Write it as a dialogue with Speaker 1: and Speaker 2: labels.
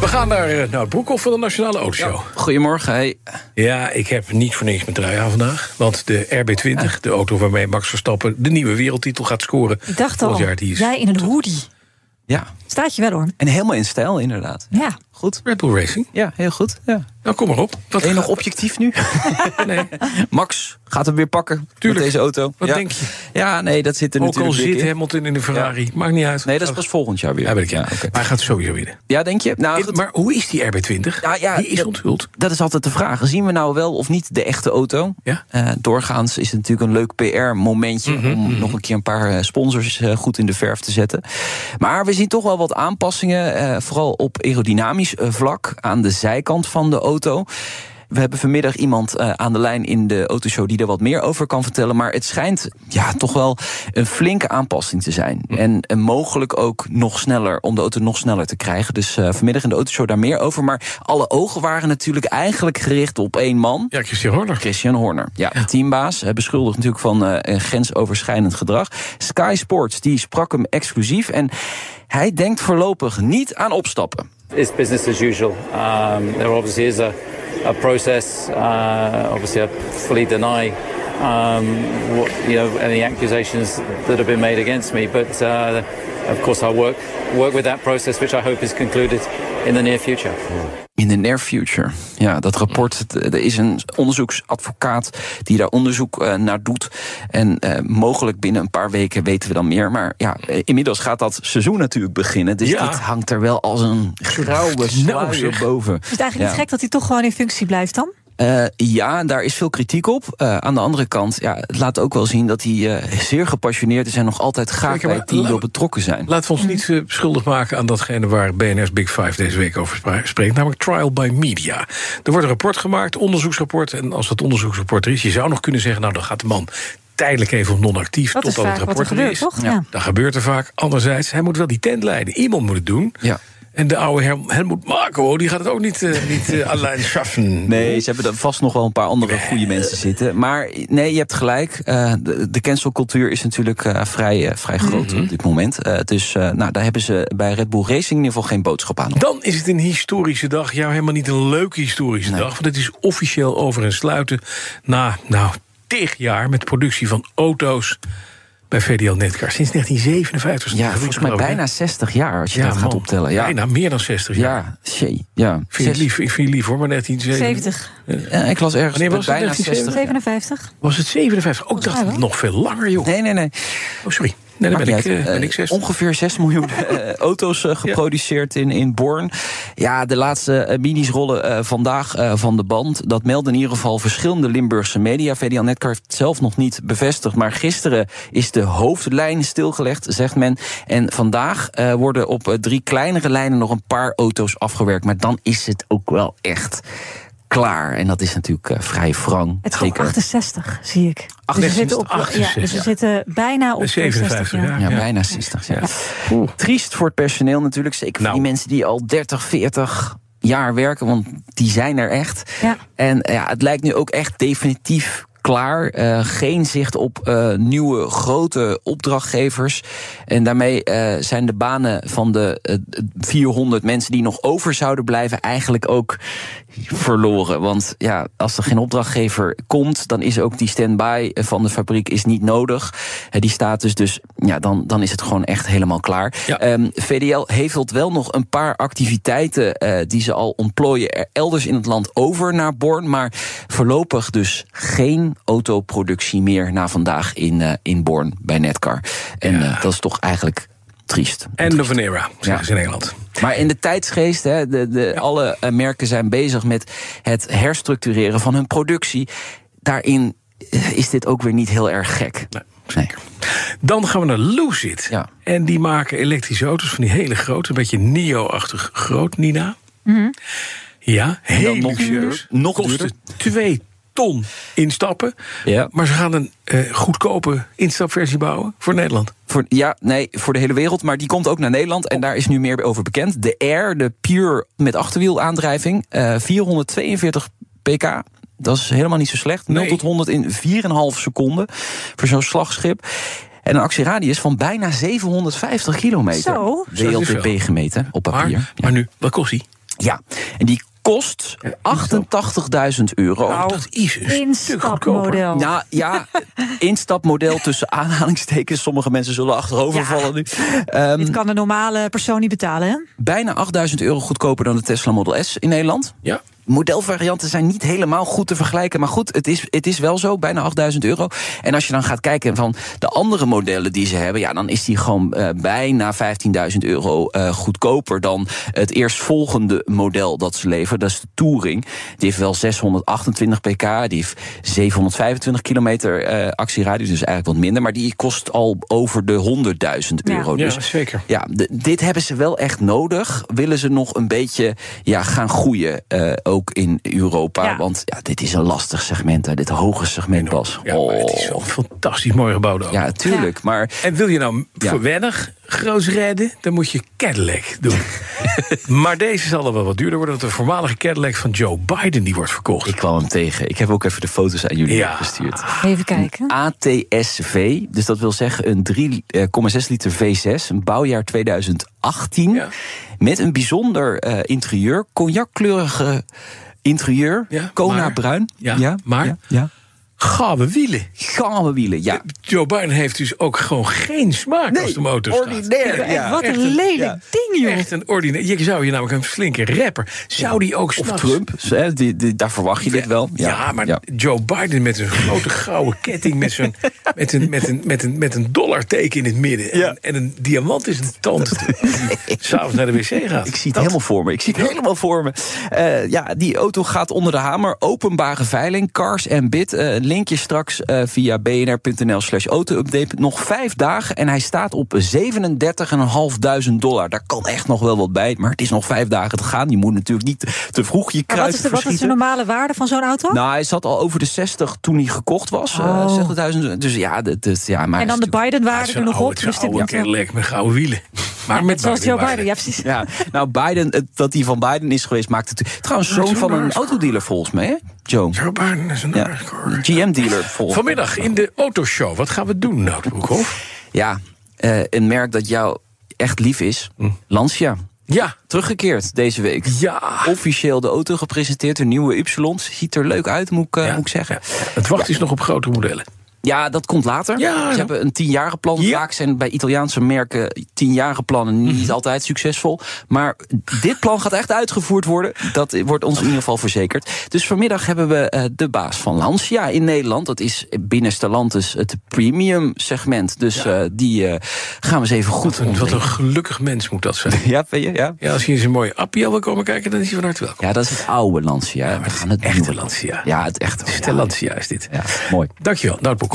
Speaker 1: We gaan naar, eh, naar het Broekhof voor de Nationale Autoshow.
Speaker 2: Oh, Goedemorgen. Hey.
Speaker 1: Ja, ik heb niet voor niks mijn trui aan vandaag. Want de RB20, de auto waarmee Max Verstappen de nieuwe wereldtitel gaat scoren.
Speaker 3: Ik dacht al,
Speaker 1: volgend jaar, die is
Speaker 3: jij in een hoodie.
Speaker 2: Ja,
Speaker 3: Staat je wel hoor.
Speaker 2: en helemaal in stijl inderdaad.
Speaker 3: Ja.
Speaker 2: Goed.
Speaker 1: Red Bull Racing.
Speaker 2: Ja, heel goed. Ja.
Speaker 1: Nou, kom maar op. Wat,
Speaker 2: Ben je nog objectief nu?
Speaker 1: nee.
Speaker 2: Max gaat hem weer pakken
Speaker 1: Tuurlijk.
Speaker 2: met deze auto.
Speaker 1: Wat
Speaker 2: ja.
Speaker 1: denk je?
Speaker 2: Ja, nee, dat zit er
Speaker 1: Ook al
Speaker 2: natuurlijk dik
Speaker 1: zit
Speaker 2: in.
Speaker 1: Hamilton in de Ferrari. Maakt niet uit. Oh.
Speaker 2: Nee, dat is pas volgend jaar weer.
Speaker 1: Ja, weet ik, ja.
Speaker 2: oké.
Speaker 1: Maar hij gaat sowieso winnen.
Speaker 2: Ja, denk je? Nou,
Speaker 1: In-
Speaker 2: goed.
Speaker 1: Ah, maar hoe is die RB20?
Speaker 2: Ja, ja,
Speaker 1: die is
Speaker 2: dat-
Speaker 1: onthuld.
Speaker 2: Dat is altijd de vraag. Zien we nou wel of niet de echte auto?
Speaker 1: Ja.
Speaker 2: Eh, doorgaans is het natuurlijk een leuk PR-momentje... om nog een keer een paar eh, sponsors eh, goed in de verf te zetten. Maar we zien toch wel wat aanpassingen... eh, vooral op aerodynamisch eh, vlak aan de zijkant van de auto... We hebben vanmiddag iemand eh, aan de lijn in de autoshow die er wat meer over kan vertellen. Maar het schijnt ja, toch wel een flinke aanpassing te zijn. En, en mogelijk ook nog sneller, om de auto nog sneller te krijgen. Dus eh, vanmiddag in de autoshow daar meer over. Maar alle ogen waren natuurlijk eigenlijk gericht op één man.
Speaker 1: Ja, Christian Horner.
Speaker 2: Christian Horner, ja, de teambaas, eh, beschuldigd natuurlijk van eh, een grensoverschrijdend gedrag. Sky Sports die sprak hem exclusief en hij denkt voorlopig niet aan opstappen.
Speaker 4: It's business as usual. Um, there obviously is a, a process. Uh, obviously, I fully deny um, what, you know any accusations that have been made against me. But uh, of course, I work work with that process, which I hope is concluded in the near future.
Speaker 2: In the near future. Ja, dat rapport. het- Er is een onderzoeksadvocaat die daar onderzoek eh, naar doet. En eh, mogelijk binnen een paar weken weten we dan meer. Maar ja, eh, inmiddels gaat dat seizoen natuurlijk beginnen. Dus
Speaker 1: Ja.
Speaker 2: dit hangt er wel als een grauwe
Speaker 1: Nou,
Speaker 2: sluier
Speaker 1: zeg.
Speaker 2: boven.
Speaker 3: Is het eigenlijk
Speaker 2: Ja.
Speaker 3: niet gek dat hij toch gewoon in functie blijft dan?
Speaker 2: Eh, ja, daar is veel kritiek op. Eh, aan de andere kant, ja, het laat ook wel zien dat hij eh, zeer gepassioneerd is en nog altijd graag
Speaker 1: Zeker,
Speaker 2: bij
Speaker 1: maar
Speaker 2: het team
Speaker 1: la-
Speaker 2: wil betrokken zijn.
Speaker 1: Laten we ons niet eh, schuldig maken aan datgene waar BNR's Big Five deze week over spra- spreekt, namelijk trial by media. Er wordt een rapport gemaakt, onderzoeksrapport, en als dat onderzoeksrapport er is, je zou nog kunnen zeggen, nou dan gaat de man tijdelijk even op non-actief
Speaker 3: Dat is
Speaker 1: totdat het
Speaker 3: vaak wat er
Speaker 1: rapport er
Speaker 3: gebeurt,
Speaker 1: is.
Speaker 3: toch?
Speaker 2: Ja.
Speaker 3: Ja.
Speaker 1: Dat gebeurt er vaak. Anderzijds, hij moet wel die tent leiden. Iemand moet het doen.
Speaker 2: Ja.
Speaker 1: En de oude Helm- Helmoet Marco, die gaat het ook niet, eh, niet eh, alleen schaffen.
Speaker 2: Nee, ze hebben er vast nog wel een paar andere goede mensen zitten. Maar nee, je hebt gelijk. Eh, de, de cancelcultuur is natuurlijk eh, vrij, eh, vrij groot
Speaker 1: Mhm.
Speaker 2: op dit moment. Eh, dus eh, nou, daar hebben ze bij Red Bull Racing in ieder geval geen boodschap aan.
Speaker 1: Dan is het een historische dag. Ja, helemaal niet een leuke historische dag. Want het is officieel over en sluiten na, nou, tig jaar met productie van auto's bij VDL Netcar. Sinds 1957.
Speaker 2: Ja, volgens mij bijna 60 jaar als je dat gaat
Speaker 1: man.
Speaker 2: optellen. Ja,
Speaker 1: Bijna meer dan 60 jaar.
Speaker 2: Ja, shee, ja.
Speaker 1: Vind je het lief, ik vind je lief hoor, maar 1957.
Speaker 3: 70,
Speaker 2: Ja, ik las ergens
Speaker 1: Wanneer was het?
Speaker 2: bijna 60 jaar.
Speaker 3: 57.
Speaker 1: Was het 57? Ook dacht
Speaker 3: mij
Speaker 1: ik
Speaker 3: wel.
Speaker 1: nog veel langer, joh.
Speaker 2: Nee, nee, nee.
Speaker 1: Oh, sorry. Nee, dan
Speaker 2: Maakt
Speaker 1: ben ik,
Speaker 2: niet uit.
Speaker 1: eh, ben
Speaker 2: Eh,
Speaker 1: ik 60.
Speaker 2: Ongeveer 6 miljoen eh, auto's eh, geproduceerd in, in Born. Ja, de laatste eh, minis rollen eh, vandaag eh, van de band. Dat melden in ieder geval verschillende Limburgse media. VDL Netcar heeft het zelf nog niet bevestigd. Maar gisteren is de hoofdlijn stilgelegd, zegt men. En vandaag eh, worden op eh, drie kleinere lijnen nog een paar auto's afgewerkt. Maar dan is het ook wel echt klaar. En dat is natuurlijk eh, vrij wrang.
Speaker 3: Het is gewoon 68, zie ik. Dus we
Speaker 1: 68,
Speaker 3: zitten, op, ja, dus we
Speaker 1: 68.
Speaker 3: zitten bijna op
Speaker 1: 57
Speaker 3: 60 jaar.
Speaker 1: jaar.
Speaker 2: Ja,
Speaker 1: Ja.
Speaker 2: bijna 60 jaar. Triest voor het personeel natuurlijk. Zeker
Speaker 1: Nou.
Speaker 2: voor die mensen die al 30, 40 jaar werken. Want die zijn er echt.
Speaker 3: Ja.
Speaker 2: En eh, ja, het lijkt nu ook echt definitief klaar. Eh, geen zicht op eh, nieuwe grote opdrachtgevers. En daarmee eh, zijn de banen van de eh, 400 mensen die nog over zouden blijven... eigenlijk ook verloren. Want ja, als er geen opdrachtgever komt... dan is ook die stand-by van de fabriek is niet nodig. Eh, die status dus, ja, dan, dan is het gewoon echt helemaal klaar.
Speaker 1: Ja.
Speaker 2: Ehm, VDL hevelt wel nog een paar activiteiten... eh, die ze al ontplooien er elders in het land over naar Born. Maar voorlopig dus geen autoproductie meer... na vandaag in, eh, in Born bij Netcar. En eh, dat is toch eigenlijk... Triest.
Speaker 1: End of an era, zeggen
Speaker 2: Ja.
Speaker 1: ze in Engeland.
Speaker 2: Maar in de tijdsgeest, hè, de, de, alle eh, merken zijn bezig met het herstructureren van hun productie. Daarin eh, is dit ook weer niet heel erg gek. Nee,
Speaker 1: Dan gaan we naar Lucid.
Speaker 2: Ja.
Speaker 1: En die maken elektrische auto's van die hele grote, een beetje Nio-achtig groot, Nina. Ja, heel
Speaker 2: nog
Speaker 1: luxueus.
Speaker 2: duurder, nog
Speaker 1: Kostte
Speaker 2: duurder.
Speaker 1: twee ton instappen.
Speaker 2: Ja.
Speaker 1: Maar ze gaan een eh, goedkope instapversie bouwen voor Nederland.
Speaker 2: Voor, ja, nee, voor de hele wereld. Maar die komt ook naar Nederland.
Speaker 1: Oh.
Speaker 2: En daar is nu meer over bekend. De Air, de Pure met achterwielaandrijving. eh 442 pk. Dat is helemaal niet zo slecht. 0
Speaker 1: Nee.
Speaker 2: tot 100 in 4,5 seconden. Voor zo'n slagschip. En een actieradius van bijna 750 kilometer.
Speaker 3: Zo.
Speaker 2: WLTP gemeten op
Speaker 1: Maar,
Speaker 2: papier.
Speaker 1: maar nu, wat kost die?
Speaker 2: Ja, en die kost 88.000 euro.
Speaker 1: dat is een stuk goedkoper.
Speaker 3: Instapmodel.
Speaker 2: Nou ja, instapmodel tussen aanhalingstekens. Sommige mensen zullen achterovervallen nu. Ehm,
Speaker 3: Dit kan de normale persoon niet betalen, hè?
Speaker 2: bijna 8000 euro goedkoper dan de Tesla Model S in Nederland.
Speaker 1: Ja.
Speaker 2: Modelvarianten zijn niet helemaal goed te vergelijken. Maar goed, het is, het is wel zo, bijna 8000 euro. En als je dan gaat kijken van de andere modellen die ze hebben... ja, dan is die gewoon eh, bijna 15.000 euro eh, goedkoper... dan het eerstvolgende model dat ze leveren. Dat is de Touring. Die heeft wel 628 pk, die heeft 725 kilometer eh, actieradius. Dus eigenlijk wat minder. Maar die kost al over de 100.000
Speaker 3: Ja.
Speaker 2: euro. Dus
Speaker 1: Ja, zeker.
Speaker 2: ja, d- dit hebben ze wel echt nodig. Willen ze nog een beetje ja, gaan groeien, eh, ook in Europa.
Speaker 3: Ja.
Speaker 2: Want ja, dit is een lastig segment, hè, dit hoge segment pas.
Speaker 1: Ja, maar het is
Speaker 2: Oh.
Speaker 1: wel een fantastisch mooi gebouw. daar ook.
Speaker 2: ja tuurlijk. Maar
Speaker 1: En wil je nou
Speaker 2: Ja.
Speaker 1: verwennig groots redden, dan moet je Cadillac doen. maar deze zal dan wel wat duurder worden, want de voormalige Cadillac van Joe Biden die wordt verkocht.
Speaker 2: ik kwam hem tegen. Ik heb ook even de foto's aan jullie
Speaker 1: Ja.
Speaker 2: gestuurd.
Speaker 3: Even kijken.
Speaker 1: Ah,
Speaker 2: ATSV, dus dat wil zeggen een 3,6 liter V6, een bouwjaar 2018.
Speaker 1: Ja.
Speaker 2: Met een bijzonder eh interieur, cognackleurige interieur,
Speaker 1: Ja,
Speaker 2: Kona
Speaker 1: maar-
Speaker 2: bruin.
Speaker 1: ja, maar-
Speaker 2: Ja, ja.
Speaker 1: Gave wielen.
Speaker 2: Gouden wielen, ja.
Speaker 1: Joe Biden heeft dus ook gewoon geen smaak als de motor staat.
Speaker 2: ordinair. Ja.
Speaker 3: Wat
Speaker 1: echt
Speaker 3: een
Speaker 1: een-
Speaker 3: lelijk
Speaker 2: ja.
Speaker 3: ding, joh.
Speaker 1: Echt een ordinair. Je zou hier namelijk een flinke rapper. Zou die ook
Speaker 2: Of
Speaker 1: s'nachts-
Speaker 2: Trump, hè, die, die, daar verwacht je dit wel.
Speaker 1: Ja, maar Joe Biden met een grote gouden ketting, met, zo'n, met, een, met, een, met, een, met een dollarteken in het midden.
Speaker 2: Ja.
Speaker 1: En, en een diamant is een tand. S'avonds naar de wc gaat.
Speaker 2: Ik zie het helemaal voor me. Ik zie het helemaal voor me. Eh, ja, die auto gaat onder de hamer. Openbare veiling, Cars en Bit. Eh, linkje straks eh, via bnr.nl slash auto-update. Nog vijf dagen en hij staat op 37.500 dollar. Daar kan echt nog wel wat bij, maar het is nog vijf dagen te gaan. Je moet natuurlijk niet te vroeg je
Speaker 3: Maar
Speaker 2: kruid
Speaker 3: wat is, de, wat is de
Speaker 2: verschieten.
Speaker 3: normale waarde van zo'n auto?
Speaker 2: Nou, hij zat al over de 60 toen hij gekocht was. Eh,
Speaker 3: Oh.
Speaker 2: 60.000. Dus ja, dat, dat- ja maar
Speaker 3: en dan de
Speaker 1: Ja, het
Speaker 3: Biden-waarde
Speaker 1: is
Speaker 3: er
Speaker 1: een
Speaker 3: nog
Speaker 1: oude,
Speaker 3: op.
Speaker 1: het is
Speaker 3: Dus
Speaker 1: een
Speaker 3: dit
Speaker 1: oude
Speaker 3: moet wel-
Speaker 1: Cadillac met gouden wielen. Maar met
Speaker 3: Zoals Joe Biden, ja
Speaker 1: Biden.
Speaker 3: precies.
Speaker 2: Ja, nou Biden, het- dat die van Biden is geweest, maakt het... Trouwens,
Speaker 1: Maar
Speaker 2: zoon
Speaker 1: zo'n
Speaker 2: van een
Speaker 1: aardig-
Speaker 2: autodealer volgens mij, hè? Joe.
Speaker 1: Joe Biden is een
Speaker 2: Ja,
Speaker 1: hardcore.
Speaker 2: GM-dealer volgens mij.
Speaker 1: Vanmiddag in de autoshow. Wat gaan we doen, Nout Broekhoff?
Speaker 2: Ja, eh, een merk dat jou echt lief is. Lancia.
Speaker 1: Ja.
Speaker 2: Teruggekeerd deze week.
Speaker 1: Hm. Ja.
Speaker 2: Officieel de auto gepresenteerd, een nieuwe Y. Ziet er leuk uit, moet ik, eh,
Speaker 1: Ja,
Speaker 2: moet ik zeggen.
Speaker 1: ja. Het wacht is nog op grotere modellen.
Speaker 2: Ja, dat komt later.
Speaker 1: Ja,
Speaker 2: Ze
Speaker 1: ja.
Speaker 2: hebben een tienjarenplan.
Speaker 1: Ja. Mhm.
Speaker 2: Vaak zijn bij Italiaanse merken tienjarenplannen niet altijd succesvol. Maar dit plan gaat echt uitgevoerd worden. Dat wordt ons in ieder geval verzekerd. Dus vanmiddag hebben we eh, de baas van Lancia in Nederland. Dat is binnen Stellantis het premium segment. Dus eh, die eh, gaan we eens even goed
Speaker 1: Wat een, wat
Speaker 2: ontdekken.
Speaker 1: een gelukkig mens moet dat zijn.
Speaker 2: Ja, vind je? Ja.
Speaker 1: Ja, als je in zijn mooie Appia wil komen kijken, dan is hij van harte welkom.
Speaker 2: ja, dat is het oude Lancia. we gaan het
Speaker 1: echte
Speaker 2: nieuwe
Speaker 1: Lancia.
Speaker 2: Ja, het echte.
Speaker 1: Stellantia is dit.
Speaker 2: Ja, mooi.
Speaker 1: Dankjewel, Nout Broekhoff.